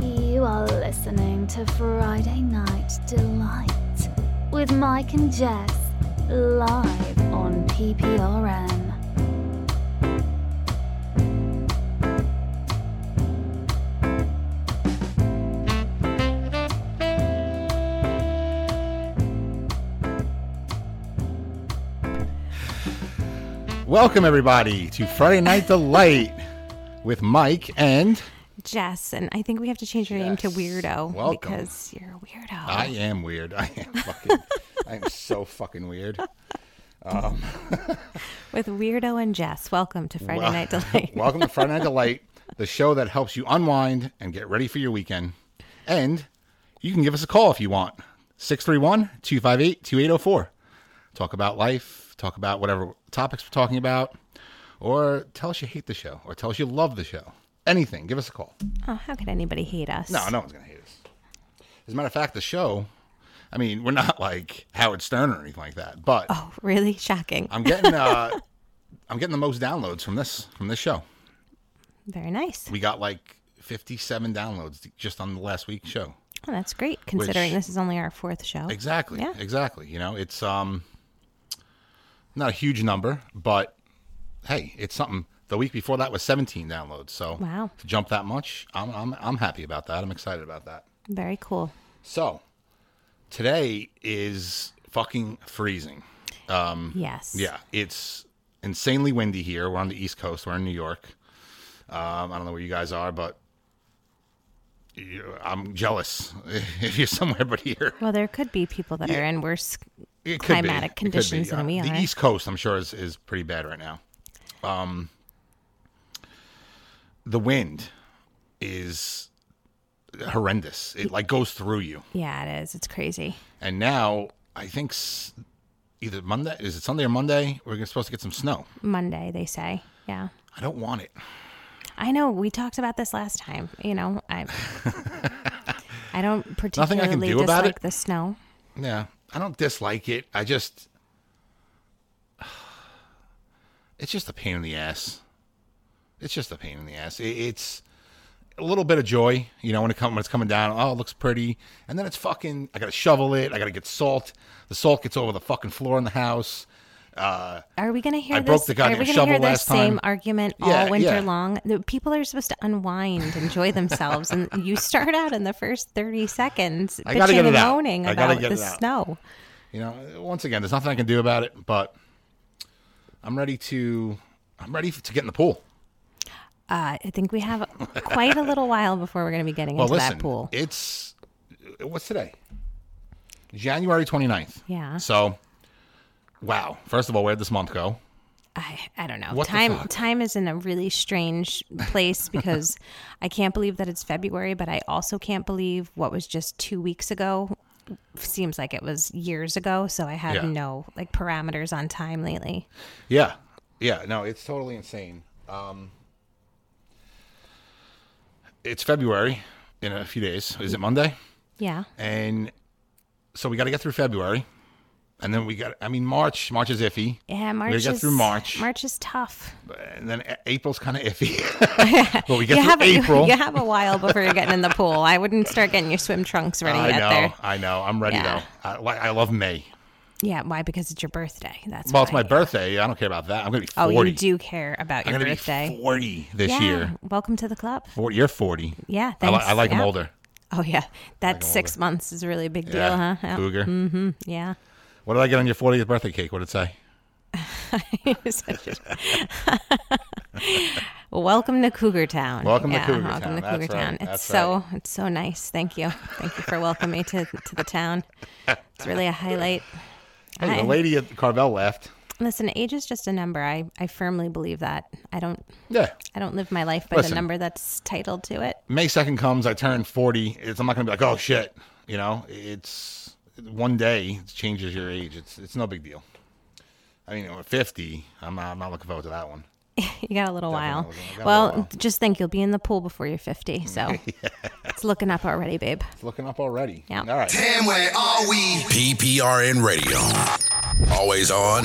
You are listening to Friday Night Delight with Mike and Jess live on PPRN. Welcome everybody to Friday Night Delight with Mike and Jess, and I think we have to change your name to Jess, Weirdo welcome. because you're a weirdo. I am weird. I am fucking I am so fucking weird. With Weirdo and Jess, welcome to Friday Well- Night Delight. Welcome to Friday Night Delight, the show that helps you unwind and get ready for your weekend. And you can give us a call if you want. 631-258-2804. Talk about life, talk about whatever topics we're talking about, or tell us you hate the show or tell us you love the show. Anything, give us a call. oh, how could anybody hate us? No, no one's gonna hate us. As a matter of fact, the show. I mean, we're not like Howard Stern or anything like that, but Oh, really shocking. I'm getting uh, I'm getting the most downloads from this from this show. Very nice. We got like 57 downloads just on the last week's show. Oh, that's great considering Which- this is only our fourth show. Exactly. Yeah. Exactly. You know, it's um not a huge number, but hey, it's something. The week before that was 17 downloads, so Wow. to jump that much, I'm I'm I'm happy about that. I'm excited about that. Very cool. So today is fucking freezing. Yes. Mm, Yeah, it's insanely windy here. We're on the East Coast. We're in New York. Um, I don't know where you guys are, but you- I'm jealous if you're somewhere but here. Well, there could be people that are in worse. It could be. Climatic It could be. conditions than we The are. East Coast, I'm sure, is, is pretty bad right now. Um, the wind is horrendous. It like goes through you. Yeah, it is. It's crazy. And now I think s- either Monday is it Sunday or Monday we're supposed to get some snow. Monday, they say. Yeah. I don't want it. I know. We talked about this last time. You know, I. I don't I can particularly do about it. dislike the snow. Yeah, I don't dislike it. I just it's just a pain in the ass. It's just a pain in the ass. It, it's a little bit of joy, you know, when it come, when it's coming down. Oh, it looks pretty, and then it's fucking. I gotta shovel it. I gotta get salt. The salt gets over the fucking floor in the house. Uh, Are we going to hear I this? broke the are goddamn we gonna shovel hear this last same time. argument Yeah, all winter yeah. long? The people are supposed to unwind, enjoy themselves, and you start out in the first thirty seconds I gotta bitching get it and out. moaning I gotta about get the it out. snow. you know, once again, there's nothing I can do about it. But I'm ready to. I'm ready to get in the pool. Uh, I think we have quite a little while before we're going to be getting Well, into listen, that pool. it's uh, what's today? January 29th. Yeah. So, wow. First of all, where'd this month go? I, I don't know. What the time fuck? time is in a really strange place because I can't believe that it's February, but I also can't believe what was just two weeks ago seems like it was years ago. So I have Yeah. no like parameters on time lately. Yeah. Yeah. No, it's totally insane. Um, it's February in a few days. Is it Monday? Yeah. And so we got to get through February. And then we got, I mean, March. March is iffy. Yeah, March We got is through March. March is tough. And then A- April's kind of iffy. but we get You through have a, April. you have a while before you're getting in the pool. I wouldn't start getting your swim trunks ready I yet. know. There. I know. I'm ready, Yeah. though. I, like, I love May. Yeah, why? Because it's your birthday. That's Well, it's why. my birthday. I don't care about that. I'm gonna be Oh, forty. you do care about I'm your gonna birthday. be forty this yeah. year. Welcome to the club. 40, you're forty. Yeah, I, li- thanks. I like them Yeah. older. Oh yeah, that six months is really a big deal, Yeah, huh? Mm. Yeah. cougar. Yeah. What did I get on your fortieth birthday cake? What did it say? Such a- Welcome to Cougar Town. Welcome to Yeah, Cougar welcome Town. to Cougar That's right. Town. It's That's so it's so nice. Thank you. Thank you for welcoming me to to the town. It's really a highlight. Hey, I- the lady at Carvel left. Listen, age is just a number. I, I firmly believe that. I don't Yeah. I don't live my life by Listen. the number that's titled to it. May second comes. I turn forty. It's, I'm not gonna be like, oh shit. You know, it's one day it changes your age. It's it's no big deal. I mean, at fifty, I'm not, I'm not looking forward to that one. You got a little while. Definitely, I got a well, little just think you'll be in the pool before you're 50. So it's looking up already, babe. It's looking up already. Yeah. All right. Damn, where are we? PPRN Radio. Always on,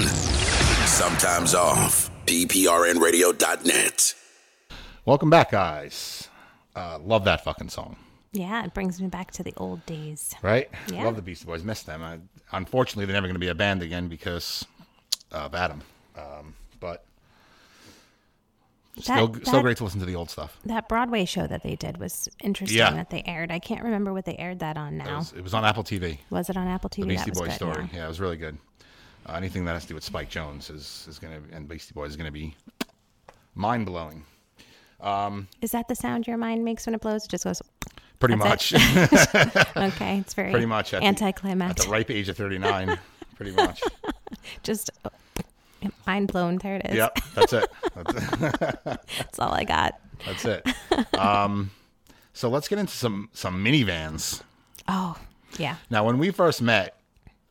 sometimes off. PPRNradio.net. Welcome back, guys. Uh, love that fucking song. Yeah, it brings me back to the old days. Right? Yeah. Love the Beastie Boys. Miss them. I, unfortunately, they're never going to be a band again because of Adam. Um, but still, That- still that- great to listen to the old stuff. That Broadway show that they did was interesting Yeah. that they aired. I can't remember what they aired that on It now. was, Was, it was on Apple TV. it on Apple TV? The Beastie that was Boys good, story. yeah. Yeah. it was really good. Uh, anything that has to do with Spike Jones is is going to and Beastie Boys is going to be mind blowing. Is that the sound your mind makes when it blows? It just goes, Pretty That's much. okay. It's very pretty much at the- at anticlimactic. the ripe age of 39 pretty much just oh, mind blown. There it is. yep that's it that's, That's all I got. that's it um so let's get into some some minivans Oh, yeah. now when we first met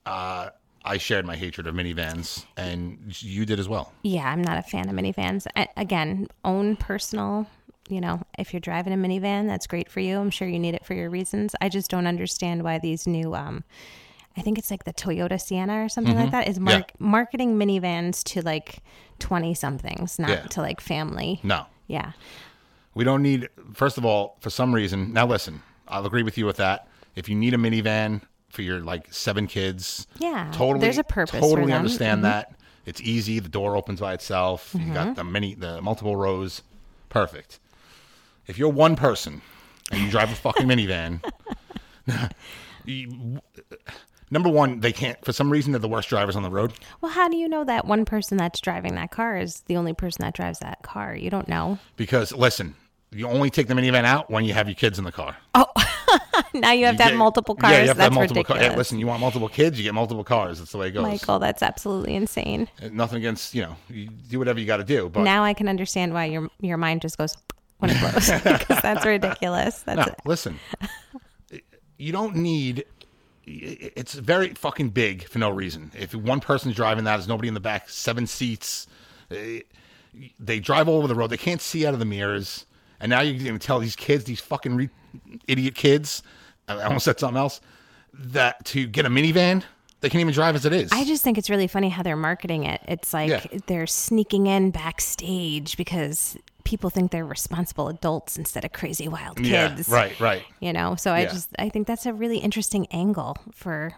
uh i shared my hatred of minivans and you did as well Yeah, I'm not a fan of minivans. I, again, own personal, you know, if you're driving a minivan, that's great for you. I'm sure you need it for your reasons. I just don't understand why these new, um, I think it's like the Toyota Sienna or something Mm-hmm. like that, is mar- marketing minivans to like 20 somethings, not Yeah. to like family. no Yeah. we don't need first of all for some reason now listen i'll agree with you with that if you need a minivan for your like seven kids Yeah, totally there's a purpose for totally them. Mm-hmm. understand that it's easy the door opens by itself you got the mini the multiple rows perfect if you're one person and you drive a fucking minivan you- number one they can't for some reason they're the worst drivers on the road Well, how do you know that one person that's driving that car is the only person that drives that car? You don't know. because listen you only take the minivan out when you have your kids in the car now you have to have get- multiple cars. Yeah, you have to that's have multiple cars. ridiculous. listen, you want multiple kids, you get multiple cars. That's the way it goes. Michael, that's absolutely insane. And Nothing against you know, you do whatever you got to do, but now I can understand why your your mind just goes when it blows because that's ridiculous. That's no, listen, you don't need. It's very fucking big for no reason. If one person's driving that, there's nobody in the back, seven seats. eh, They drive all over the road. They can't see out of the mirrors. And now you're going to tell these kids, these fucking re- idiot kids, I almost said something else, that to get a minivan, they can't even drive as it is. I just think it's really funny how they're marketing it. It's like Yeah. they're sneaking in backstage because people think they're responsible adults instead of crazy wild kids. Yeah, right, right. You know, so I Yeah. just I think that's a really interesting angle for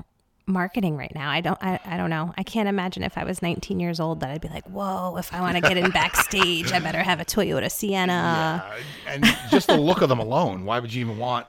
marketing right now. I don't I, I don't know. I can't imagine if I was 19 years old that I'd be like, "Whoa, if I want to get in backstage, I better have a Toyota Sienna." Uh, and just the look of them alone, why would you even want?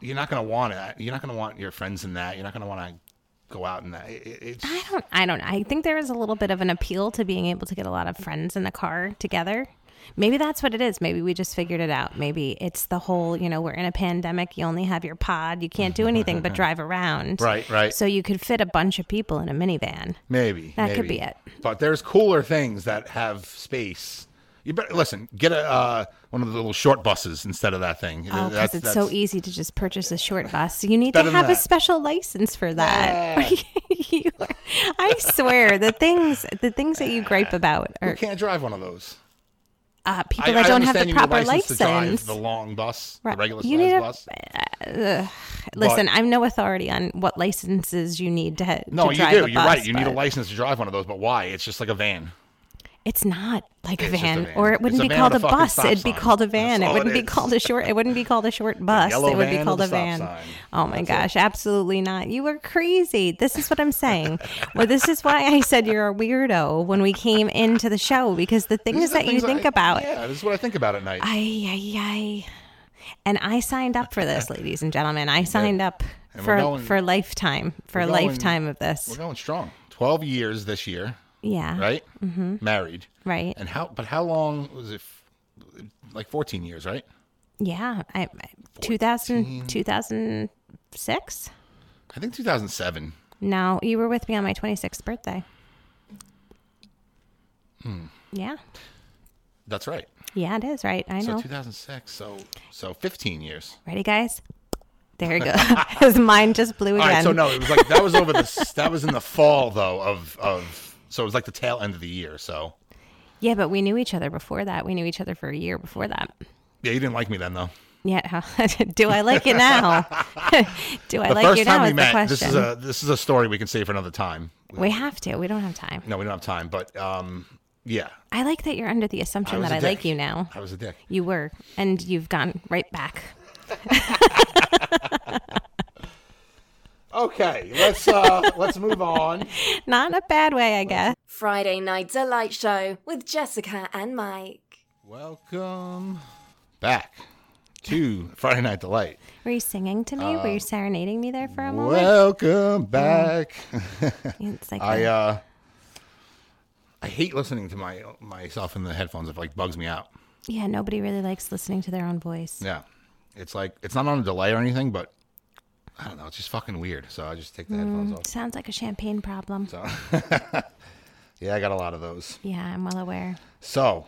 You're not gonna want it. You're not gonna want your friends in that. You're not gonna want to go out in that. It- it- it's- I don't. I don't. know. I think there is a little bit of an appeal to being able to get a lot of friends in the car together. Maybe that's what it is. Maybe we just figured it out. Maybe it's the whole. You know, we're in a pandemic. You only have your pod. You can't do anything but drive around. Right, right. So you could fit a bunch of people in a minivan. maybe That could maybe. be it. But there's cooler things that have space. You better listen. Get a uh, one of the little short buses instead of that thing. Oh, because it's so easy to just purchase a short bus. You need to better than have a that. special license for that. You are- I swear, the things the things that you gripe about You are can't drive one of those. uh, people that don't understand have the you need a proper license. to drive the long bus, the Right. regular You need size a- bus. Listen, I'm no authority on what licenses you need to, ha- No, to you drive do. a You're bus, right. You need a but license to drive one of those. But why? It's just like a van. It's not like a It's just a van, van. or it wouldn't It's a be van called a with a fucking bus. stop It'd be sign. called a van. That's It all wouldn't it be is. called a short. It wouldn't be called a short bus. yellow It would be van called with a a stop van. sign. Oh my gosh, absolutely not. You were crazy. This is what I'm saying. well, this is why I said you're a weirdo when we came into the show because the things These are the that you things think I- about. Yeah, this is what I think about at night. Ay, ay, ay. And I signed up for this, ladies and gentlemen. I signed up And we're for going- for lifetime, for a we're going- lifetime of We're this. going strong. Twelve years this year, Yeah. right? Mm-hmm. Married, Right. and how? But how long was it? f- Like fourteen years, right? Yeah. I, I- 2000, 2006? I think two thousand seven. No, you were with me on my 26th birthday. Hmm. Yeah. That's right. Yeah, it is, right? I So know. two thousand six. So so fifteen years. Ready, guys? There you go. His mind just blew All again. right. So no, it was like that was over the. s- That was in the fall though of of. So it was like the tail end of the year. So Yeah, but we knew each other before that. We knew each other for a year before that. yeah, you didn't like me then though. Yeah. Do I like it now? Do I The like first you time now? we Is the met. question. This is a this is a story we can save for another time. we have to. We don't have time. No, we don't have time. But um, yeah. I like that you're under the I assumption was that a I like dick. you now. I was a dick. You were, and you've gone right back. Okay, let's uh let's move on. Not in a bad way, I guess. Friday Night Delight Show with Jessica and Mike. Welcome back to Friday Night Delight. Were you singing to me? Were Uh, you serenading me there for a moment? Welcome back. It's like I a- uh I hate listening to my myself in the headphones. It like bugs me out. yeah, nobody really likes listening to their own voice. Yeah. It's like it's not on a delay or anything, but I don't know, it's just fucking weird. So I just take the headphones off. Sounds like a champagne problem. Yeah, I got a lot of those. yeah, I'm well aware. So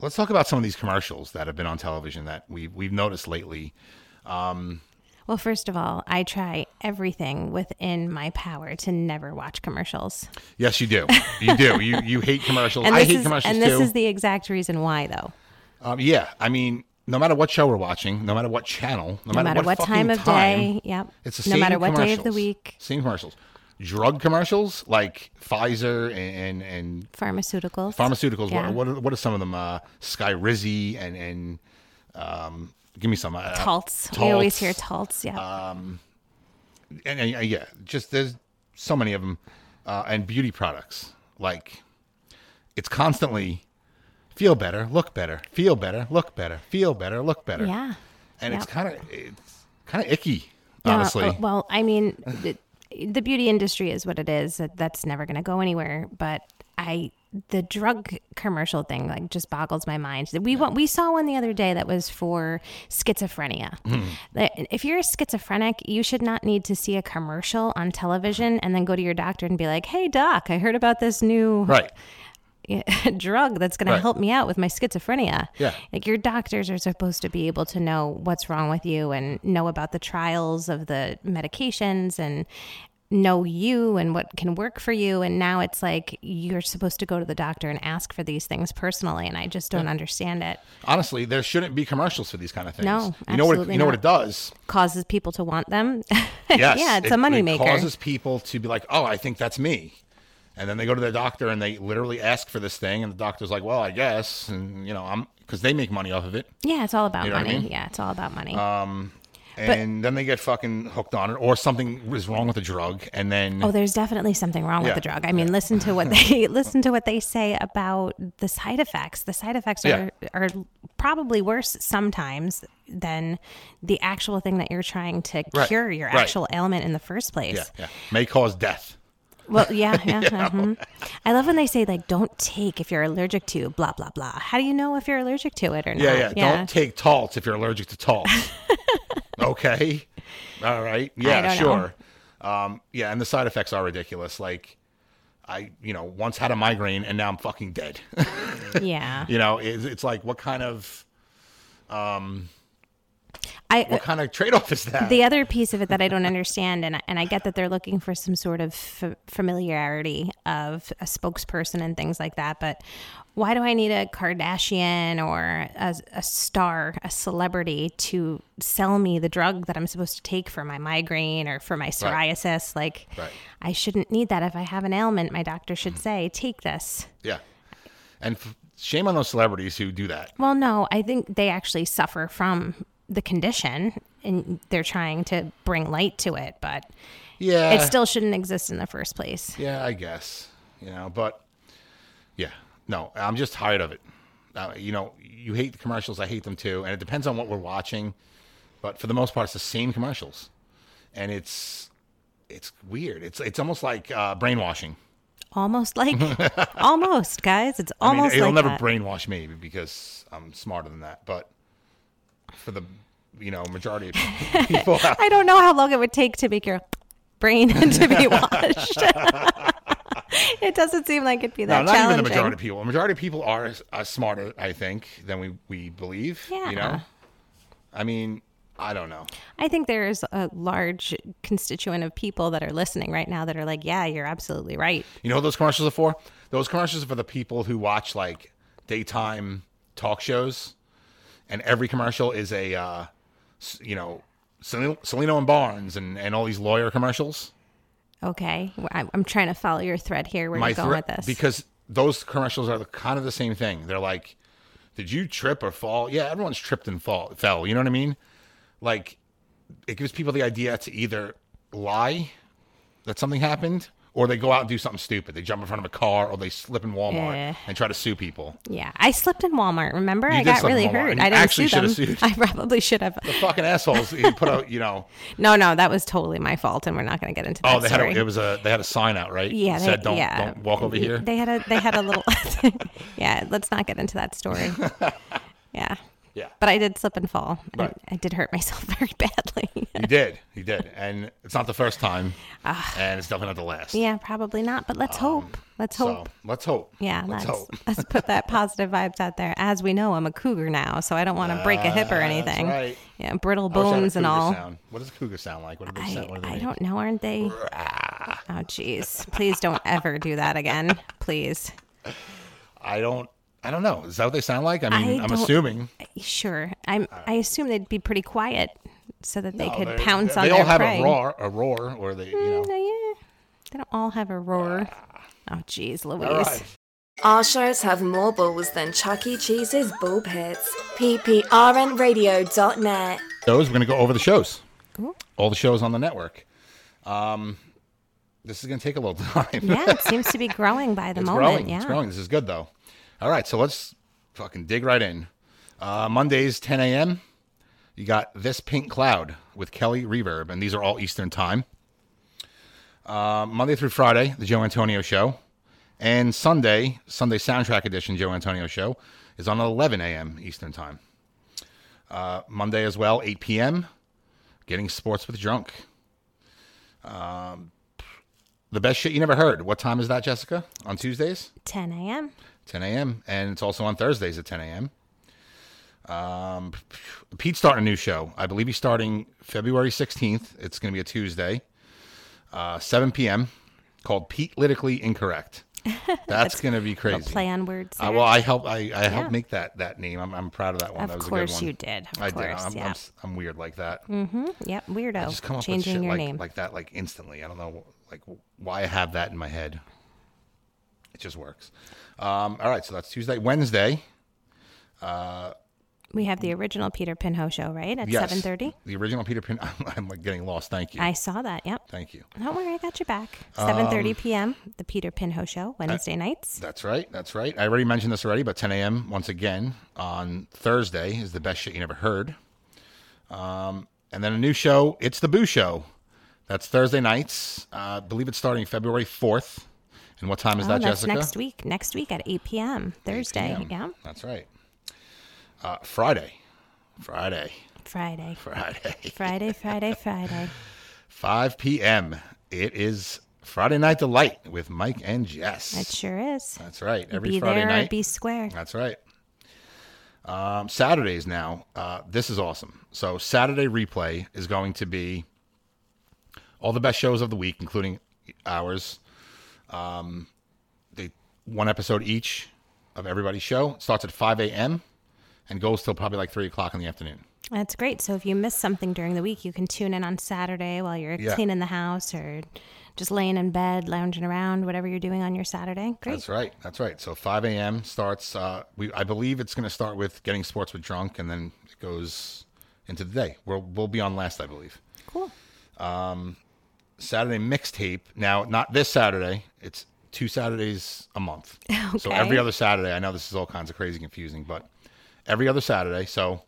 let's talk about some of these commercials that have been on television that we we've noticed lately. Well, first of all, I try everything within my power to never watch commercials. Yes, you do. You do. you you hate commercials. And I this hate is, commercials And this too. is the exact reason why, though. um, yeah, I mean, no matter what show we're watching, no matter what channel, no, No matter what fucking time of day, yep. It's the No same matter what day of the commercials. week. Same commercials. Drug commercials like Pfizer and and, and Pharmaceuticals. pharmaceuticals. Yeah. What, what, are, what are some of them? Uh, Skyrizi and and um, give me some. Uh, Taltz. We Taltz. always Uh, hear Taltz. Yeah. and, and, uh, yeah, just there's so many of them, uh, and beauty products. Like it's constantly feel better, look better, feel better, look better, feel better, look better. yeah. and it's yeah. kind of it's kind of icky, No, honestly. uh, well, I mean, the, the beauty industry is what it is. That- That's never going to go anywhere. But I, the drug commercial thing, like, just boggles my mind. We want, we saw one the other day that was for schizophrenia. That- If you're a schizophrenic, you should not need to see a commercial on television and then go to your doctor and be like, "Hey, doc, I heard about this new right. drug that's going Right. to help me out with my schizophrenia. Yeah. Like your doctors are supposed to be able to know what's wrong with you and know about the trials of the medications and know you and what can work for you. And now it's like you're supposed to go to the doctor and ask for these things personally. And I just don't understand it. Honestly, there shouldn't be commercials for these kind of things. No, you know what it, absolutely you know what not. it does. Causes people to want them. Yes. yeah, it's it, a moneymaker. It causes people to be like, oh, I think that's me. And then they go to their doctor and they literally ask for this thing. And the doctor's like, well, I guess. And, you know, I'm because they make money off of it. yeah, it's all about You know what I money. mean? Yeah, it's all about money. And then they get fucking hooked on it or something is wrong with the drug. And then, Oh, there's definitely something wrong Yeah. with the drug. I mean, listen to what they listen to what they say about the side effects. The side effects Yeah. are are probably worse sometimes than the actual thing that you're trying to Right. cure your Right. actual ailment in the first place. yeah, yeah, may cause death. Well, yeah, yeah. mhm. I love when they say like, "Don't take if you're allergic to blah blah blah." How do you know if you're allergic to it or not? Yeah, yeah. Don't take Taltz if you're allergic to Taltz. okay. All right. I Yeah, don't sure. Um, yeah, and the side effects are ridiculous. Like, I, you know, once had a migraine and now I'm fucking dead. yeah. you know, it's, it's like, what kind of. I What kind of trade off is that? the other piece of it that I don't understand, and I- and I get that they're looking for some sort of f- familiarity of a spokesperson and things like that, but why do I need a Kardashian or a, a star, a celebrity, to sell me the drug that I'm supposed to take for my migraine or for my Right. psoriasis? Like, Right. Mm-hmm. I shouldn't need that if I have an ailment. My doctor should say, take this. yeah. And f- shame on those celebrities who do that. Well, no, I think they actually suffer from the condition, and they're trying to bring light to it, but. Yeah. it still shouldn't exist in the first place. Yeah, I guess. You know, but yeah, no, I'm just tired of it. Uh, you know, you hate the commercials. I hate them too. And it depends on what we're watching. But for the most part, it's the same commercials. And it's it's weird. It's it's almost like uh, brainwashing. Almost like, almost, guys. It's I mean, almost it'll like never that. brainwash me because I'm smarter than that. But for the you know majority of people, out I don't know how long it would take to make your brain to be washed. it doesn't seem like it'd be No, that not even the challenging. majority of people. The majority of people are, are smarter, I think, than we, we believe. You know? Yeah. I mean, I don't know. I think there is a large constituent of people that are listening right now that are like, "Yeah, you're absolutely right." You know what those commercials are for? Those commercials are for the people who watch like daytime talk shows, and every commercial is a, uh, s- you know, Sel- Celino and Barnes and, and all these lawyer commercials. Okay, Well, I'm, I'm trying to follow your thread here. Where you're going thre- with this? Because those commercials are the, kind of the same thing. They're like, did you trip or fall? Yeah, everyone's tripped and fall, fell. You know what I mean? like it gives people the idea to either lie that something happened or they go out and do something stupid. They jump in front of a car or they slip in Walmart Yeah. and try to sue people. Yeah, I slipped in Walmart. Remember, did I got slip in really Walmart, hurt. and I you didn't actually sue them. should've sued. I probably should have. Fucking assholes. You put out, you know, No, no, that was totally my fault, and we're not going to get into that oh, they had story. a, it was a they had a sign out, right? yeah, It they, said don't yeah. don't walk over here. They had a they had a little. yeah, let's not get into that story. yeah, yeah. but I did slip and fall. and Right. I did hurt myself very badly. He did. He did. And it's not the first time. Ah. and it's definitely not the last. yeah, probably not. But let's hope. Let's Um, So hope. let's hope. Yeah, Let's let's hope. let's put that positive vibes out there. As we know, I'm a cougar now, so I don't want to break a hip or Ah, That's anything. right. Yeah, brittle I wish I had a bones and cougar all. Sound. What does a cougar sound like? What do they I, sound? What do they I make? don't know, aren't they? Oh, jeez. Please don't ever do that again. Please. I don't. I don't know. Is that what they sound like? I mean, I I am don't- assuming Sure. I'm, I assume they'd be pretty quiet so that they Uh, No, could they're- pounce they, They on their Mm, all have prey. a roar, a roar, or they, you know. No, yeah. They don't all have a roar. Oh, jeez, Louise. All right. Our shows have more balls than Chuck E. Cheese's bull pits. PPRNradio.net. Those we're gonna go over the shows. Cool. All the shows on the network. Um, this is gonna take a little time. Yeah, it seems to be growing by the it's moment. growing. Yeah. It's growing. This is good though. All right, so let's fucking dig right in. Uh, Mondays, 10 a.m. You got this pink cloud with Kelly Reverb, and these are all Eastern time. Uh, Monday through Friday, the Joe Antonio Show, and Sunday, Sunday Soundtrack Edition Joe Antonio Show is on 11 a.m. Eastern time. Uh, Monday as well, 8 p.m. Getting sports with drunk. Um, the best shit you never heard. What time is that, Jessica? On Tuesdays? 10 a.m. 10 a.m. And it's also on Thursdays at 10 a.m. Um, Pete's starting a new show. I believe he's starting February 16th. It's going to be a Tuesday, uh, 7 p.m., called Pete Litically Incorrect. That's, going to be We'll crazy. play on words. Uh, there. well, I helped. I, I Yeah. helped make that that name. I'm, I'm proud of that one. Of that was a course good one. you did. Of I did. course, I'm, yeah. I'm, s- I'm weird like that. yep, I weirdo. just come up Oh, Changing with shit your like, name. like that like instantly. I don't know like why I have that in my head. It just works. Um, all right, so that's Tuesday, Wednesday. we have the original Peter Pinho show, right? At Yes, 7.30? The original Peter Pan. I'm, like getting lost. Thank you. I saw that. Yep. Thank you. Don't worry, I got your back. Um, 7:30 p.m. The Peter Pinho Show Wednesday nights. That's right. That's right. I already mentioned this already, but 10 a.m. once again on Thursday is the best shit you never heard. Um, and then a new show. It's the Boo Show. That's Thursday nights. Uh, I believe it's starting February 4th. And what time is Oh, that, that's Jessica? next week. Next week at 8 p.m. Thursday. 8 Yeah, p.m. That's right. Uh, Friday. Friday. Friday. Friday. Friday, Friday, Friday. 5 p.m. It is Friday Night Delight with Mike and Jess. It sure is. That's right. Every be Friday there or night. be square. That's right. Um, Saturdays now. Uh, this is awesome. So Saturday replay is going to be all the best shows of the week, including ours. Um, they one episode each of everybody's show It starts at 5 a.m. and goes till probably like three o'clock in the afternoon. That's great. So if you miss something during the week, you can tune in on Saturday while you're Yeah. cleaning the house or just laying in bed, lounging around, whatever you're doing on your Saturday. Great. That's right. That's right. So 5 a.m. starts. Uh, we I believe it's going to start with getting sports with drunk, and then it goes into the day. We'll we'll be on last, I believe. Cool. Saturday mixtape. Now, not this Saturday. It's two Saturdays a month. So Okay. every other Saturday. I know this is all kinds of crazy confusing, but every other Saturday. So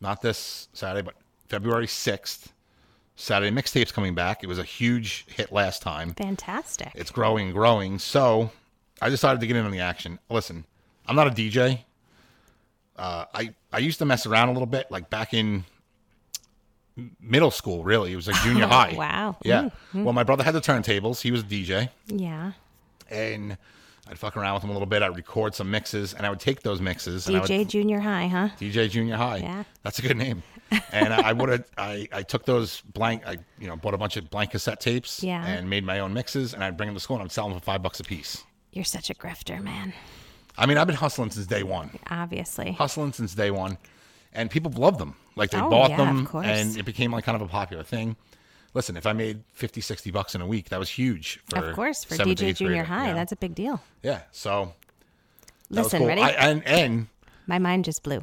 not this Saturday, but February 6th, Saturday mixtape's coming back. It was a huge hit last time. Fantastic. It's growing and growing. So I decided to get in on the action. Listen, I'm not a DJ. Uh, I, I used to mess around a little bit, like back in middle school, really. It was like junior high. Oh, wow. Mm-hmm. Yeah. Well, my brother had the turntables. He was a DJ. yeah. And I'd fuck around with him a little bit. I'd record some mixes and I would take those mixes. And I would, DJ Junior High, huh? DJ Junior High. Yeah. That's a good name. And I, I would have I, I took those blank I you know, bought a bunch of blank cassette tapes Yeah. and made my own mixes and I'd bring them to school and I'd sell them for five bucks a piece. You're such a grifter, man. I mean, I've been hustling since day one. Obviously. Hustling since day one. And people loved them. Like they Oh, bought yeah, them of course. and it became like kind of a popular thing. Listen, if I made 50, 60 bucks in a week, that was huge for Of course, for seventh, DJ eighth Junior grader, High, yeah. that's a big deal. Yeah. So that was Listen, cool. ready? I, and and My mind just blew.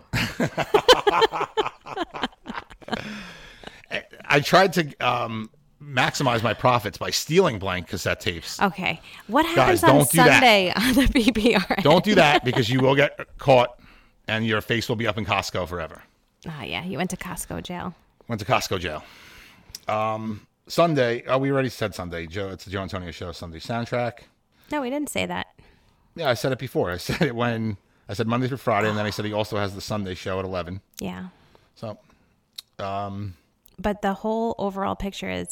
I tried to um, maximize my profits by stealing blank cassette tapes. Okay. What happens Guys, on don't do that. Sunday on the PPR? Don't do that because you will get caught, and your face will be up in Costco forever. Ah, yeah. You went to Costco jail. Went to Costco jail. Um, Sunday. Oh, we already said Sunday. Joe, it's the Joe Antonio Show Sunday soundtrack. No, we didn't say that. Yeah, I said it before. I said it when I said Monday through Friday, and then I said Ah. he also has the Sunday show at eleven. Yeah. So But the whole overall picture is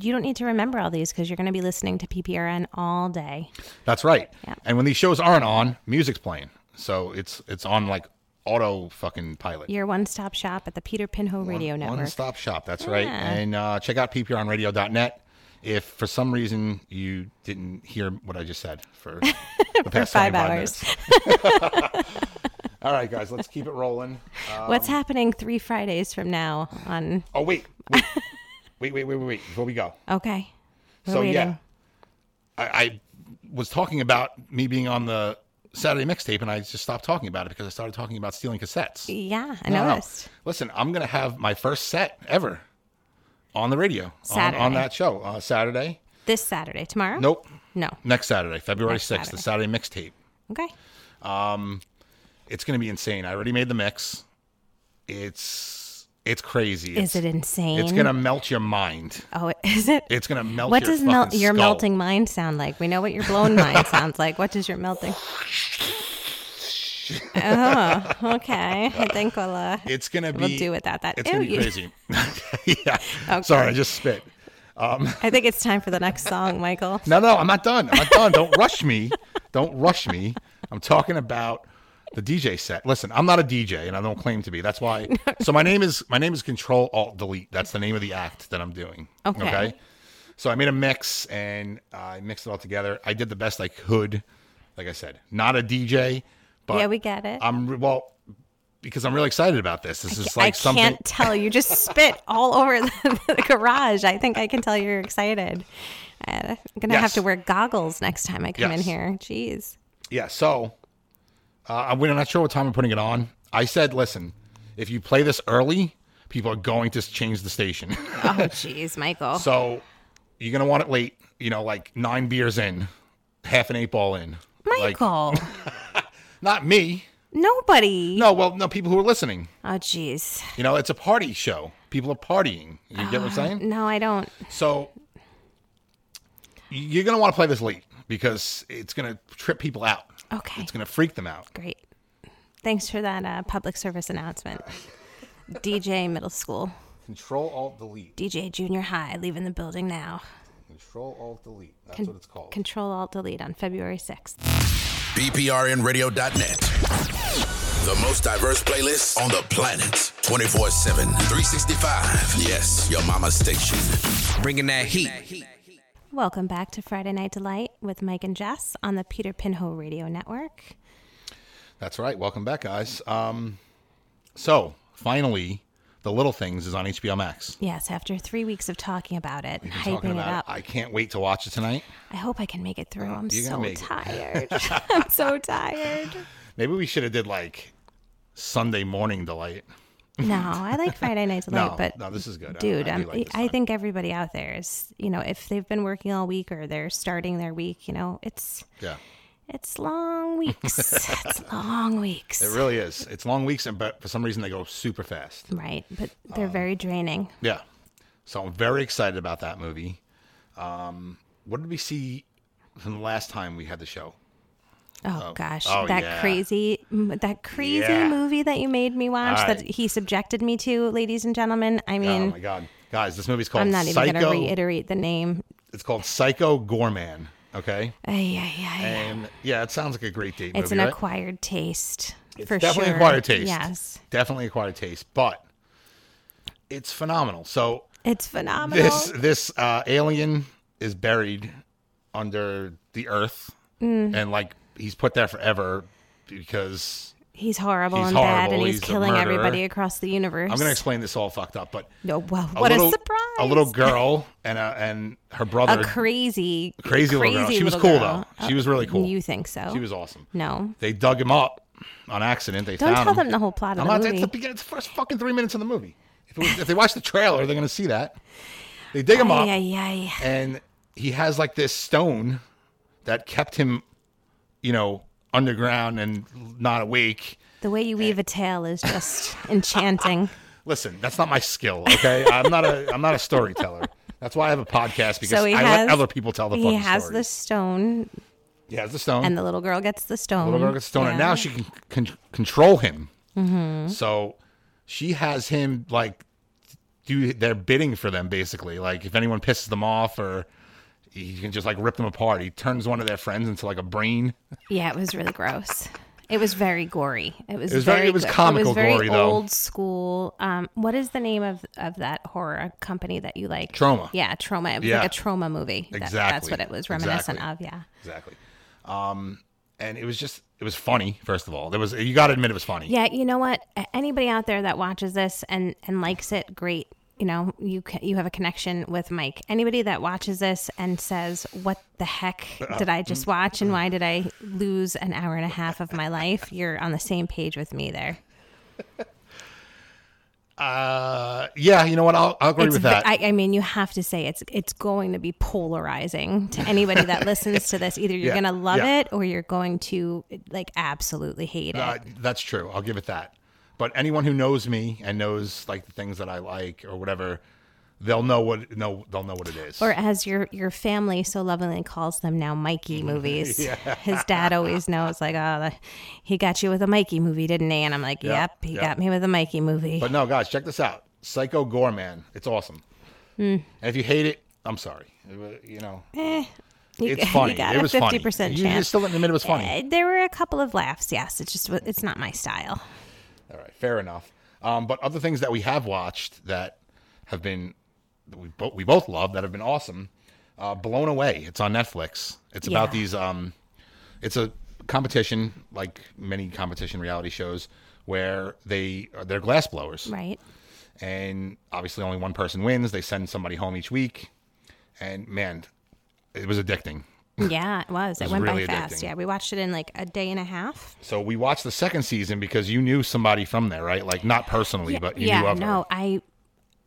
you don't need to remember all these because you're going to be listening to PPRN all day. that's right. Yeah. And when these shows aren't on, music's playing. So it's it's on like auto fucking pilot. Your one stop shop at the Peter Pinho Radio Network. One stop shop. That's right. Yeah. And uh, check out ppronradio.net. If for some reason you didn't hear what I just said for the past five 75 hours. minutes. All right, guys, let's keep it rolling. Uh, What's happening three Fridays from now on? oh wait, wait, wait, wait, wait, wait, wait, before we go. Okay. We're so yeah, waiting. I, I was talking about me being on the Saturday mixtape, and I just stopped talking about it because I started talking about stealing cassettes. Yeah, I No, no. noticed. Listen, I'm gonna have my first set ever on the radio on- on, Saturday. that show uh, Saturday. This Saturday, tomorrow? Nope, No. next Saturday, February sixth, the Saturday mixtape. Okay. It's gonna be insane. I already made the mix. It's it's crazy. Is it's, it insane? It's gonna melt your mind. Oh, is it? It's gonna melt. what your does mel- fucking your skull. melting mind sound like? We know what your blown mind sounds like. What does your melting? oh, okay. I think we'll. Uh, It's gonna be. We'll do with that. That- it's gonna Ew, be you- crazy. yeah. Sorry, I just spit. I think it's time for the next song, Michael. No, no, I'm not done. I'm not done. Don't rush me. Don't rush me. I'm talking about the DJ set. Listen, I'm not a DJ, and I don't claim to be. That's why. So my name is my name is Control Alt Delete. That's the name of the act that I'm doing. Okay. So I made a mix and I mixed it all together. I did the best I could. Like I said, not a DJ, but Yeah, we get it. I'm re- well because I'm really excited about this. This is like I something. can't tell. You just spit all over the, the garage. I think I can tell you're excited. Uh, I'm gonna have Yes. to wear goggles next time I come in Yes. here. Jeez. Yeah, so uh, we're not sure what time I'm putting it on. I said, listen, if you play this early, people are going to change the station. Oh, jeez, Michael. so you're going to want it late, you know, like nine beers in, half an eight ball in. Like, Michael, not me. nobody. No, well, no, people who are listening. Oh, jeez. You know, it's a party show. People are partying. You get what I'm saying? No, I don't. So you're going to want to play this late because it's going to trip people out. Okay. It's going to freak them out. Great. Thanks for that uh, public service announcement. DJ middle school, Control Alt Delete. DJ junior high, leaving the building now. Control Alt Delete. That's what it's called. Control Alt Delete on February 6th. BPRNradio.net. The most diverse playlist on the planet. 24 7, 365. Yes, your mama's station. Bringing that heat. Welcome back to Friday Night Delight with Mike and Jess on the Peter Pinho Radio Network. That's right. Welcome back, guys. Um, so finally, The Little Things is on HBO Max. Yes, after three weeks of talking about it, and Talking hyping it about up, I can't wait to watch it tonight. I hope I can make it through. I'm You're gonna so make it. tired. I'm so tired. Maybe we should have did like Sunday morning delight. No, I like Friday Night Delight, No, but no, this is good. I- dude. I I, do am like this I one. think everybody out there is, you know, if they've been working all week or they're starting their week, you know, it's Yeah, it's long weeks. it's long weeks, it really is. It's long weeks, and but for some reason they go super fast. right? But they're Oh. very draining. Yeah, so I'm very excited about that movie. Um, what did we see from the last time we had the show? Oh, gosh, oh, that yeah. crazy, m- that crazy Yeah. movie that you made me watch All that right. he subjected me to, ladies and gentlemen. I oh mean, my god, guys, this movie's called I'm not even Psycho. going to reiterate the name. it's called Psycho Gorman. Okay, Ay, ay, ay. and yeah, it sounds like a great date. it's an movie, right? acquired taste It's for definitely sure. acquired taste. Yes, definitely acquired taste, but it's phenomenal. So it's phenomenal. this this uh, alien is buried under the earth, Mm. and like he's put there forever because He's horrible He's and bad, horrible. and he's, He's a killing murderer. everybody across the universe. I'm gonna explain this all fucked up, but No, wow, what little- a surprise! A little girl and a, and her a brother. crazy, crazy little girl. She was little cool, girl. Uh, though. She was really cool. You think so? she was awesome. No, They dug him up on accident. They don't found tell him. them the whole plot of I'm the not, movie. It's the beginning. It's the first fucking three minutes of the movie. If, it was, if they watch the trailer, they're going to see that. They dig him up, Yeah, yeah, yeah. and he has like this stone that kept him, you know, underground and not awake. The way you weave a tale is just enchanting. Listen, that's not my skill. Okay, I'm not a I'm not a storyteller. That's why I have a podcast because So he I has let other people tell the He fucking has story. the stone, he has the stone. and the little girl gets the stone. little girl gets stoned, and Mm-hmm. Yeah. Mm-hmm. now she can con- control him. So she has him like do their bidding for them, basically. Like if anyone pisses them off, or he can just like rip them apart. He turns one of their friends into like a brain. Yeah, it was really gross. It was very gory. It was, It was very- very, it was go- comical it was very gory, though. Old school. Um, what is the name of of that horror company that you like? Trauma. Yeah, trauma. It was Yeah. like a trauma movie. That- that's Exactly. what it was reminiscent Exactly. of. Yeah. Exactly. Um, and it was just it was funny. First of all, there was you got to admit it was funny. Yeah, you know what? A- Anybody out there that watches this and and likes it, great. You know, you ca you have a connection with Mike. Anybody that watches this and says, "What the heck Uh, did I mm. just watch? And why did I lose an hour and a half of my life?" You're on the same page with me there. Uh, yeah. You know what? I'll, I'll agree It's with ve- that. I, I mean, you have to say it's it's going to be polarizing to anybody that listens to this. Either you're Yeah, going to love yeah. it or you're going to like absolutely hate it. Uh, that's true. I'll give it that. But anyone who knows me and knows like the things that I like or whatever, they'll know what no they'll know what it is. or as your your family so lovingly calls them now, Mikey movies. His dad always knows, like, oh, the, he got you with a Mikey movie, didn't he? And I'm like, Yeah, yep, he yeah. got me with a Mikey movie. but no, guys, check this out. Psycho Gore Man. It's awesome. And if you hate it, I'm sorry. It- You know, Hmm. You- it's funny. You got it a was funny. fifty percent You just chance. still admit it was funny. Uh, There were a couple of laughs. Yes, it's just wa- it's not my style. All right, fair enough. Um, but other things that we have watched that have been that we both we both love that have been awesome. Uh, Blown Away. It's on Netflix. It's about Yeah. these. Um, it's a competition, like many competition reality shows, where they uh, they're glass blowers, Right. and obviously only one person wins. They send somebody home each week, and man, it was addicting. Yeah, it was. It, was went really by fast. addicting. Yeah, we watched it in like a day and a half. So we watched the second season because you knew somebody from there, right? Like not personally, but you knew yeah, of her. no, I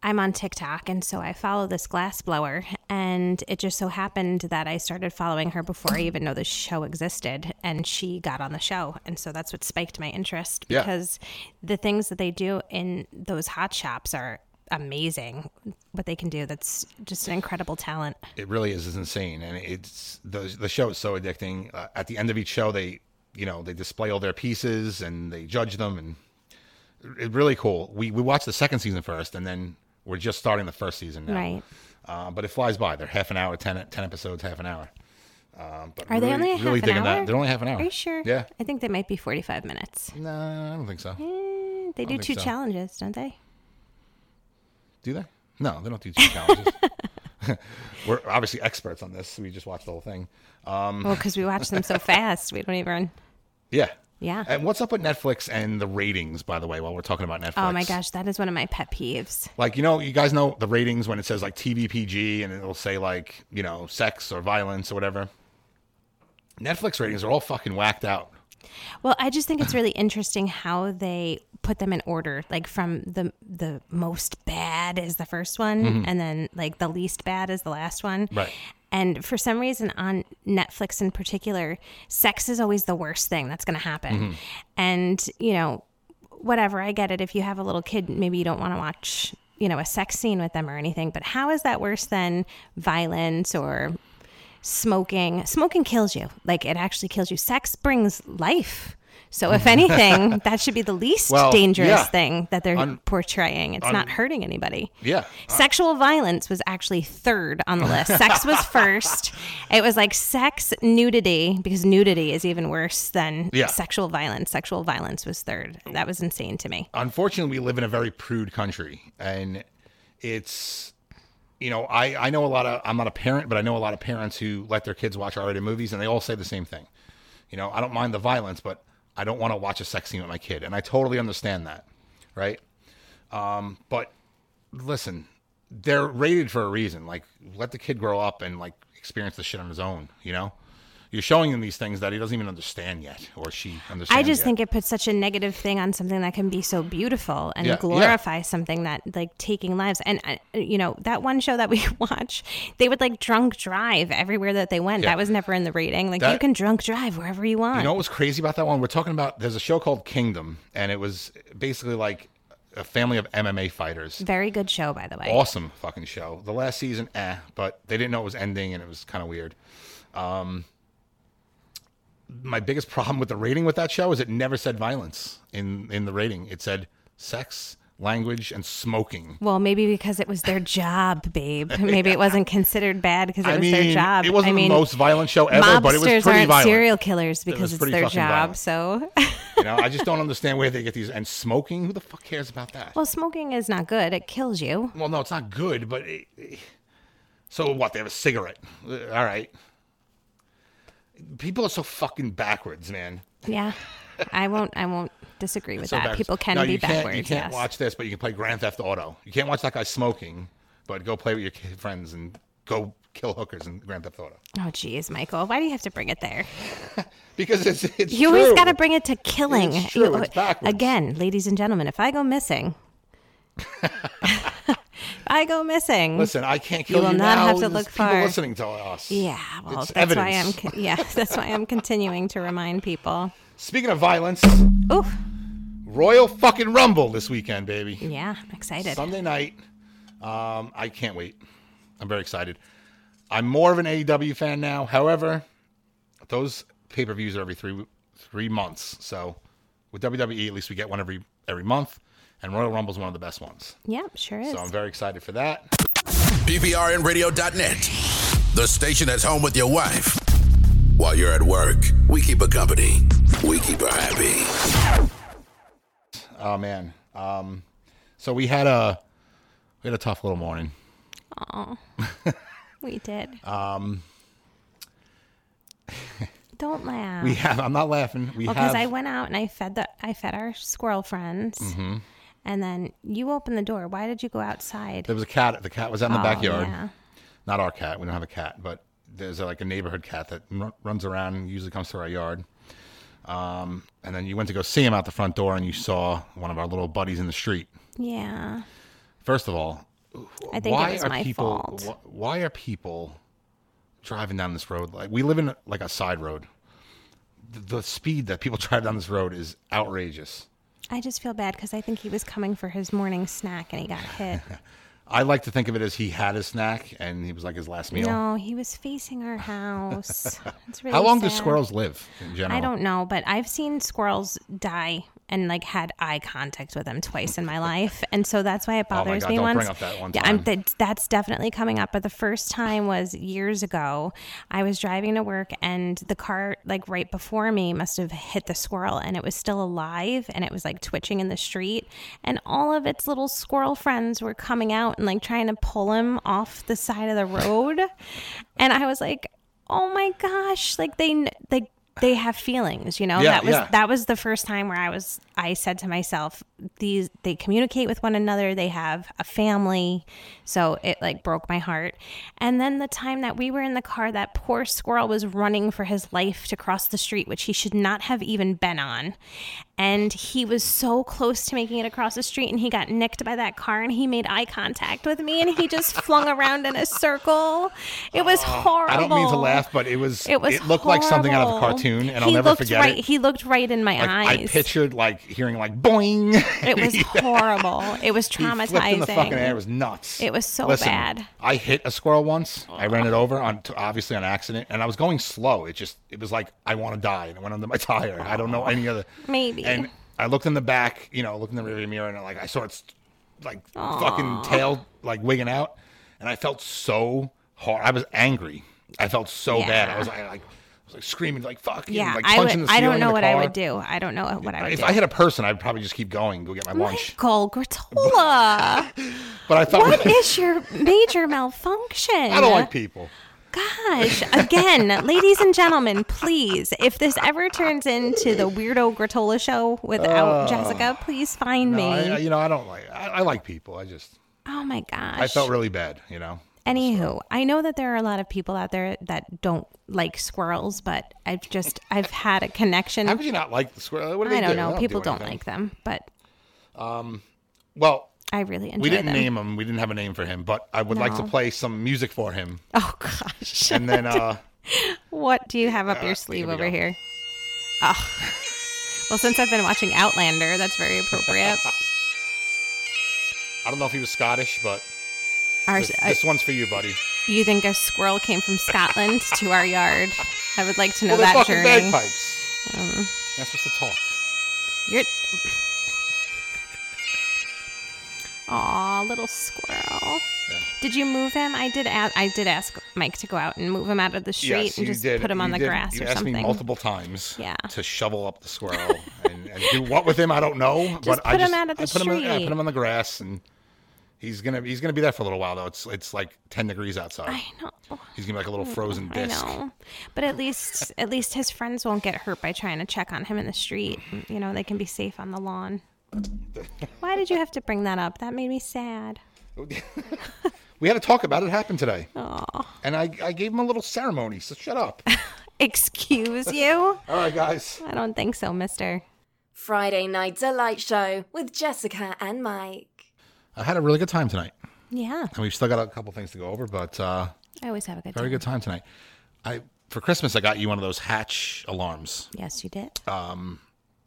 I'm on TikTok and so I follow this glass blower and it just so happened that I started following her before I even know the show existed and she got on the show and so that's what spiked my interest Yeah. because the things that they do in those hot shops are amazing what they can do that's just an incredible talent it really is is insane and it's the the show is so addicting uh, at the end of each show they you know they display all their pieces and they judge them and it really cool we we watched the second season first and then we're just starting the first season now Right. uh, but it flies by they're half an hour 10, 10 episodes half an hour um, but are they really- only a really half digging an hour that they're only half an hour are you sure Oh. yeah i think they might be 45 minutes no i don't think so Mm, they do think two so. challenges don't they do they no they don't do two challenges we're obviously experts on this we just watched the whole thing Mm. well because we watch them so fast we don't even Yeah. Yeah. And what's up with Netflix and the ratings, by the way, while we're talking about Netflix? Oh my gosh, that is one of my pet peeves. Like, you know, you guys know the ratings when it says like TVPG and it'll say like, you know, sex or violence or whatever. Netflix ratings are all fucking whacked out. Well, I just think it's really interesting how they put them in order, like from the the most bad is the first one, and then like the least bad is the last one. Right. And for some reason on Netflix in particular, sex is always the worst thing that's going to happen. And, you know, whatever, I get it. If you have a little kid, maybe you don't want to watch, you know, a sex scene with them or anything, but how is that worse than violence or smoking smoking kills you like it actually kills you sex brings life so if anything that should be the least Well, dangerous yeah. thing that they're Un- portraying it's not hurting anybody Yeah. sexual violence was actually third on the list sex was first it was like sex nudity because nudity is even worse than Yeah. sexual violence sexual violence was third that was insane to me Unfortunately, we live in a very prude country and it's, you know, I, I know a lot of, I'm not a parent, but I know a lot of parents who let their kids watch R rated movies and they all say the same thing. You know, I don't mind the violence, but I don't want to watch a sex scene with my kid. And I totally understand that. Right. Um, but listen, they're rated for a reason. Like, let the kid grow up and like experience the shit on his own. You know, you're showing him these things that he doesn't even understand yet, or she understands. I just yet. think it puts such a negative thing on something that can be so beautiful and Yeah, yeah. glorify something that like taking lives. And I, you know that one show that we watch, they would like drunk drive everywhere that they went. Yeah. That was never in the rating. Like you That- can drunk drive wherever you want. You know what was crazy about that one? We're talking about there's a show called Kingdom, and it was basically like a family of MMA fighters. Very good show, by the way. Awesome fucking show. The last season, eh, but they didn't know it was ending, and it was kind of weird. Um, my biggest problem with the rating with that show is it never said violence in in the rating. It said sex, language, and smoking. Well, maybe because it was their job, babe. Maybe it wasn't considered bad because it I was mean, their job. it wasn't I mean, the most violent show ever, but it was pretty mobsters aren't violent. serial killers because was it's pretty their fucking job. violent. So, You know, I just don't understand where they get these. And smoking, who the fuck cares about that? well, smoking is not good. It kills you. Well, no, it's not good, but it, it- so what? They have a cigarette. Uh, All right. People are so fucking backwards, man. Yeah, I won't. I won't disagree with So that. backwards. People can No, be you can't- backwards. You can't yes. watch this, but you can play Grand Theft Auto. You can't watch that guy smoking, but go play with your kid friends and go kill hookers in Grand Theft Auto Oh, geez, Michael, why do you have to bring it there? because it's it's You always true. got to bring it to killing. It's true, You- it's backwards. again, ladies and gentlemen, if I go missing, if I go missing. Listen, I can't kill you. will not now. have to There's look people far. listening to us. Yeah, well, It's that's why I'm. evidence. con- Yeah, that's why I'm continuing to remind people. Speaking of violence, Ooh, Royal fucking Rumble this weekend, baby. yeah, I'm excited. Sunday night. Um, I can't wait. I'm very excited. I'm more of an AEW fan now. However, those pay per views are every three three months. So with WWE, at least we get one every every month. And Royal Rumble is one of the best ones. Yep, sure is. So I'm very excited for that. PPRNradio.net. The station that's home with your wife. While you're at work, we keep her company. We keep her happy. Oh man. Um, so we had a we had a tough little morning. we did. Um. Don't laugh. We have. I'm not laughing. We Well, have. because I went out and I fed the I fed our squirrel friends, Mm-hmm. and then you opened the door. Why did you go outside? there was a cat. The cat was out in the Oh, backyard. yeah. Not our cat. We don't have a cat, but there's like a neighborhood cat that run, runs around and usually comes through our yard. Um, and then you went to go see him out the front door, and you saw one of our little buddies in the street. Yeah, First of all, I think why it was are my people? fault. wh- why are people driving down this road? Like we live in like a side road. The, the speed that people drive down this road is outrageous. I just feel bad because I think he was coming for his morning snack and he got hit. I like to think of it as he had his snack and he was like his last meal. no, he was facing our house. It's really How long do sad. squirrels live in general? I don't know, but I've seen squirrels die and like had eye contact with them twice in my life, and so that's why it Oh my bothers God, me don't once. bring up that one Yeah, I'm, time. that, that's definitely coming up. But the first time was years ago. I was driving to work, and the car like right before me must have hit the squirrel, and it was still alive, and it was like twitching in the street, and all of its little squirrel friends were coming out and like trying to pull him off the side of the road, and I was like, oh my gosh, like they kn- like they have feelings, you know. Yeah, that was yeah. that that was the first time where I was I said to myself these they communicate with one another they have a family so it like broke my heart and then the time that we were in the car that poor squirrel was running for his life to cross the street which he should not have even been on and he was so close to making it across the street and he got nicked by that car and he made eye contact with me and he just flung around in a circle it was horrible I don't mean to laugh, but it was it was looked like something out of a horrible. cartoon, and he I'll never looked forget right, it. He looked right in my Like, I eyes. pictured like hearing like boing. it was horrible. It was He traumatizing. flipped in the fucking air. It was nuts. It was so Listen, bad. I hit a squirrel once. I ran it over on t- obviously on accident, and I was going slow. It just it was like I want to die, and it went under my tire. I don't know any other. Maybe. And I looked in the back, you know, looked in the rearview mirror, and like I saw its like fucking tail like wigging out, and I felt so hard. I was angry. I felt so Yeah. bad. I was like, like I was like screaming, like fuck, you," yeah, like I punching would. the I don't ceiling in know the what I car. would do. I don't know what I would If do. I hit a person, I'd probably just keep going, go get my lunch. Michael Gratola, But I thought what is your major malfunction? I don't like people. Gosh, again, ladies and gentlemen, please, if this ever turns into the weirdo Gratola show without Jessica, please find Oh. No, me. I, I- you know, I don't like. I, I like people. I just oh my gosh, I felt really bad. You know, Anywho, I know that there are a lot of people out there that don't like squirrels, but I've just I've had a connection. How could you not like the squirrel? What do they I don't do? know. They people do don't anything. like them, but Well, I really enjoy we didn't them. name him. We didn't have a name for him, but I would like to No. play some music for him. oh gosh, And then uh what do you have up your here sleeve we over go. here? Oh, well, since I've been watching Outlander, that's very appropriate. I don't know if he was Scottish, but Our, uh, this, this one's for you, buddy. you think a squirrel came from Scotland to our yard? I would like to know Well, they're that fucking Mm. journey. bagpipes. That's supposed to talk. You're. Aw, little squirrel. Yeah. Did you move him? I did. Ask, I did ask Mike to go out and move him out of the street Yes, and you just did. put him on You the did. grass You or asked something. me multiple times. Yeah. To shovel up the squirrel and, and do what with him? I don't know. but I put him just, out of the I put Him, yeah, I street. put him on the grass, and he's gonna he's gonna be there for a little while though. It's it's like ten degrees outside. I know. He's gonna be like a little frozen I disc. know. But at least, at least his friends won't get hurt by trying to check on him in the street. You know, they can be safe on the lawn. Why did you have to bring that up? That made me sad. We had to talk about it. it happened today. Oh. And I, I gave him a little ceremony. So shut up. Excuse you? All right, guys. I don't think so, Mister. Friday Night Delight Show with Jessica and Mike. I had a really good time tonight, Yeah, and we've still got a couple things to go over, but uh, I always have a good very time. good time tonight. I for Christmas I got you one of those hatch alarms. Yes, you did. and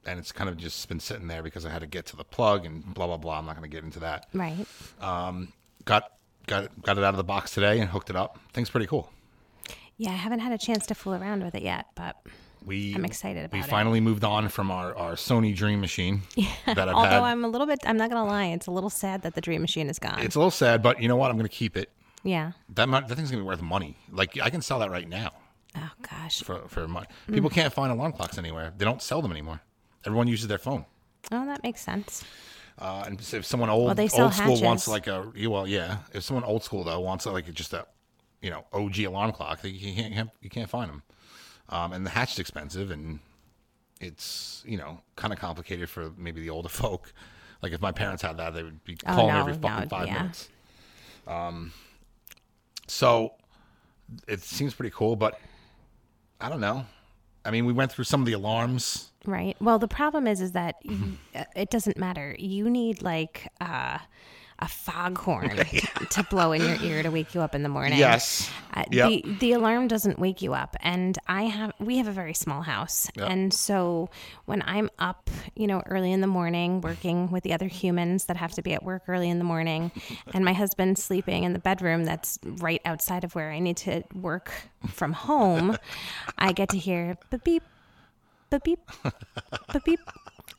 it's kind of just been sitting there because I had to get to the plug and blah blah blah. I'm not going to get into that. right. Got got it, got it out of the box today and hooked it up. Thing's pretty cool. Yeah, I haven't had a chance to fool around with it yet, but We I'm excited We about it. finally moved on from our, our Sony Dream Machine that I've although had. I'm a little bit, I'm not gonna lie, it's a little sad that the dream machine is gone. It's a little sad, but you know what? I'm going to keep it. yeah. That might, that thing's going to be worth money. Like I can sell that right now Oh gosh. for for money. Mm. People can't find alarm clocks anywhere. They don't sell them anymore. Everyone uses their phone. Oh, that makes sense. Uh, and so if someone old they sell old school wants hatches. like a yeah, well yeah, if someone old school though wants like just a you know OG alarm clock, they- you can't have- you can't find them. Um, and the hatch is expensive, and it's you know kind of complicated for maybe the older folk. Like if my parents had that, they would be Oh, calling no, every fucking no, five yeah. minutes. Um, so it seems pretty cool, but I don't know. I mean, we went through some of the alarms. Right. Well, the problem is, is that Mm-hmm. y- uh, it doesn't matter. You need like uh, a foghorn to blow in your ear to wake you up in the morning. Yes. Uh, Yep. the, the alarm doesn't wake you up and i have we have a very small house and so when i'm up you know early in the morning working with the other humans that have to be at work early in the morning and my husband's sleeping in the bedroom that's right outside of where i need to work from home i get to hear beep beep beep beep beep beep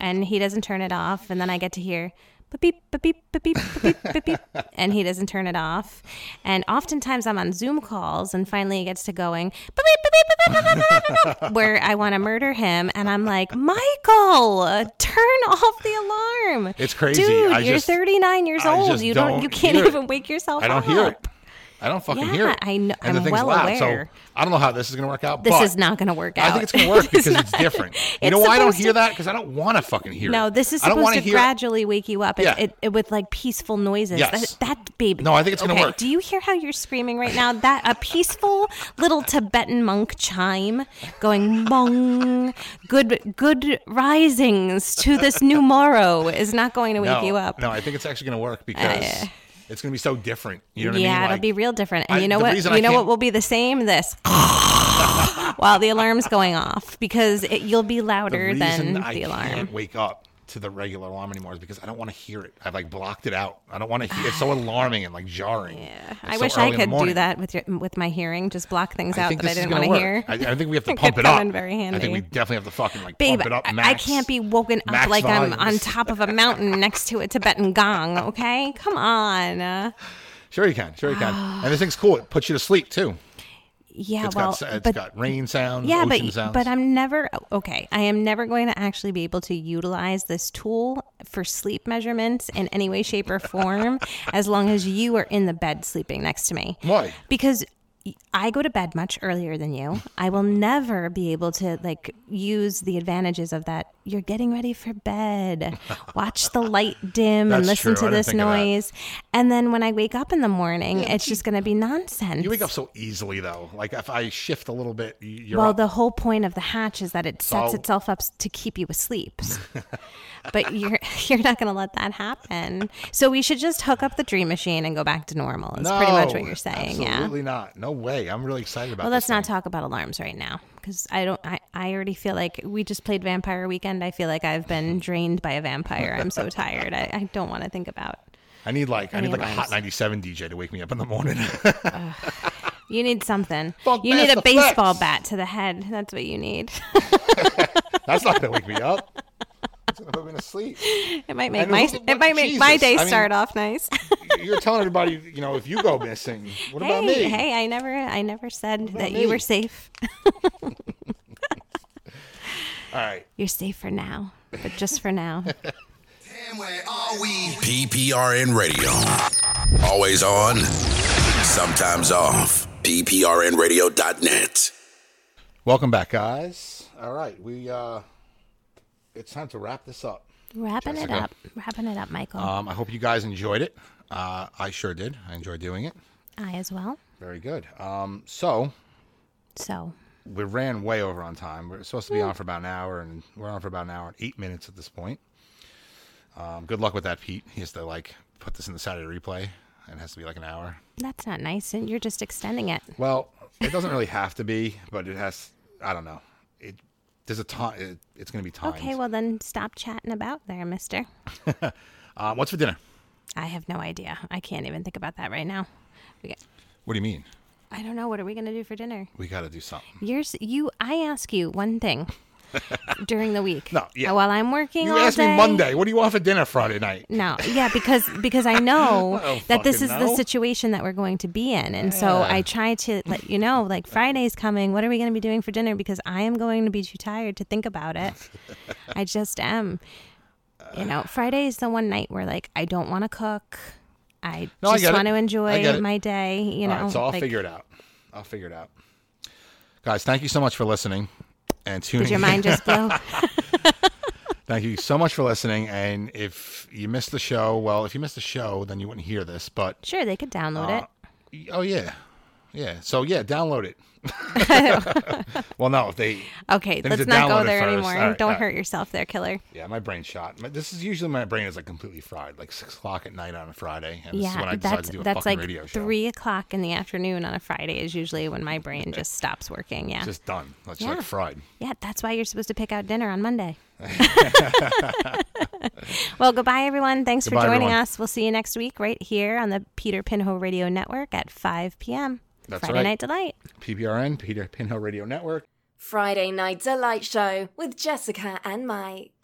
and he doesn't turn it off and then i get to hear beep beep beep beep beep beep beep beep, beep and he doesn't turn it off and oftentimes i'm on zoom calls and finally it gets to going beep beep beep beep beep beep beep, beep, beep, where i want to murder him and i'm like michael uh, turn off the alarm It's crazy. dude I you're just- 39 years I old just you don't, don't you can't hear it. even wake yourself I don't up hear it. I don't fucking hear Yeah, it. I kn- And the I'm thing's well loud, aware. So I don't know how this is going to work out. this but is not going to work out I think it's going to work This because is it's not- different. You It's know why I don't supposed hear to- that? Because I don't want to fucking hear it. No, this is I don't supposed wanna to hear gradually wake you up. It, Yeah. it, it with like peaceful noises. Yes. That, that baby. No, I think it's gonna Okay, work. Do you hear how you're screaming right now? That a peaceful little Tibetan monk chime going mong. Good good risings to this new morrow is not going to wake no, you up. Uh, No, I think it's actually going to work because it's going to be so different. You know what I yeah, mean? it'll be real different. And I- you know the what? reason I You know what can't- will be the same? This. while the alarm's going off because it, you'll be the louder reason than I the alarm. can't wake up to the regular alarm anymore is because I don't want to hear it. I've like blocked it out. I don't want to hear. It's so alarming and like jarring. Yeah, I wish I could do that with your, with my hearing. Just block things I out think that I this is didn't gonna want to work. hear. I, I think we have to It could pump it come up. in very I think handy. we definitely have to fucking like Babe, pump it up. I- I max. can't be woken up max like I'm on volumes. top of a mountain next to a Tibetan gong. Okay, come on. Uh, Sure you can. Sure you can. and this thing's cool. It puts you to sleep too. yeah, It's well, got s- it's but got rain sounds, yeah, ocean but sounds. but I'm never okay. I am never going to actually be able to utilize this tool for sleep measurements in any way, shape, or form as long as you are in the bed sleeping next to me. Why? Because I go to bed much earlier than you. I will never be able to like use the advantages of that. You're getting ready for bed. Watch the light dim and That's listen true. I to didn't this think of that. noise. And then when I wake up in the morning, it's just going to be nonsense. You wake up so easily though. Like if I shift a little bit, y- you're well, up. the whole point of the hatch is that it sets So- itself up s- to keep you asleep. but you're you're not going to let that happen. So we should just hook up the dream machine and go back to normal. Is pretty much what No, you're saying. Yeah. Absolutely not. No way. I'm really excited about. Well, this let's not thing. talk about alarms right now because I don't. I, I already feel like we just played Vampire Weekend. I feel like I've been drained by a vampire. I'm so tired. I, I don't want to think about. I need like I any need like a hot alarms. 97 DJ to wake me up in the morning. You need something. Fuck you need Mass a baseball Effects. bat to the head. That's what you need. That's not gonna wake me up. It's gonna put me to sleep. it might make And my who- it might make Jesus, my day I mean- start off nice. You're telling everybody, you know, if you go missing, what about hey, me? hey, I never I never said about that you me? were safe. All right. You're safe for now, but just for now. PPRN Radio. Always on, sometimes off. PPRNradio.net. Welcome back, guys. All right, we uh, it's time to wrap this up. Wrapping it Jessica. up. Wrapping it up, Michael. Um, I hope you guys enjoyed it. Uh, I sure did. I enjoyed doing it. I as well. Very good. Um, so So we ran way over on time. We're supposed to be on for about an hour, and we're on for about an hour and eight minutes at this point. Um, good luck with that, Pete. He has to like put this in the Saturday replay, and it has to be like an hour. that's not nice, and you're just extending it. Well, it doesn't really have to be, but it has. I don't know. It there's a time. It, it's going to be time. Okay, well then stop chatting about there, mister. um, what's for dinner? I have no idea. I can't even think about that right now. We got, What do you mean? I don't know. What are we going to do for dinner? We got to do something. Yours, you. I ask you one thing during the week. No, yeah. While I'm working You all asked day- me Monday. What do you want for dinner Friday night? No, yeah, because because I know don't that this is fucking the know. situation that we're going to be in, and so I try to let you know, like Friday's coming. What are we going to be doing for dinner? Because I am going to be too tired to think about it. I just am. You know, Friday is the one night where like I don't want to cook. I No, I just get want it. to I get enjoy it. my day. You know, All right, so I'll like, figure it out. I'll figure it out. Guys, thank you so much for listening and tuning Did your in. mind just blow? Thank you so much for listening. And if you missed the show, well, if you missed the show, then you wouldn't hear this. But sure, they could download it. oh yeah, yeah. So yeah, download it. well, no, if they. Okay, they need let's to not download go it there first. anymore. All right, don't all right. hurt yourself, there, killer. Yeah, my brain shot. My- This is usually my brain is like completely fried, like six o'clock at night on a Friday, and this is when I Yeah, decide that's to do a that's fucking like radio show. three o'clock in the afternoon on a Friday is usually when my brain just stops working. Yeah, Just done. That's like Yeah. fried. yeah, that's why you're supposed to pick out dinner on Monday. well, goodbye, everyone. Thanks Goodbye, for joining everyone. us. We'll see you next week right here on the Peter Pinho Radio Network at 5 p.m. That's Friday right. Night Delight. PPRN, Peter Pinhill Radio Network. Friday Night Delight Show with Jessica and Mike.